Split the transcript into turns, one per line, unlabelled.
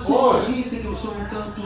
sempre disse que eu sou um tanto